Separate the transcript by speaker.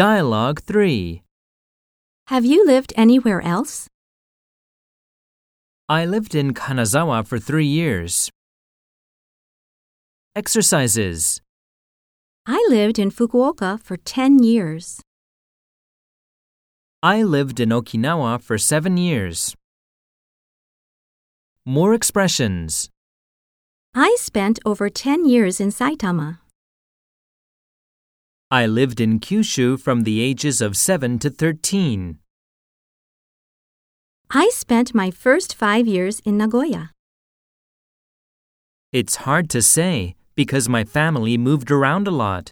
Speaker 1: Dialogue 3.
Speaker 2: Have you lived anywhere else?
Speaker 1: I lived in Kanazawa for three years. Exercises.
Speaker 2: I lived in Fukuoka for 10 years.
Speaker 1: I lived in Okinawa for seven years. More expressions.
Speaker 2: I spent over 10 years in Saitama.
Speaker 1: I lived in Kyushu from the ages of 7 to 13.
Speaker 2: I spent my first five years in Nagoya.
Speaker 1: It's hard to say because my family moved around a lot.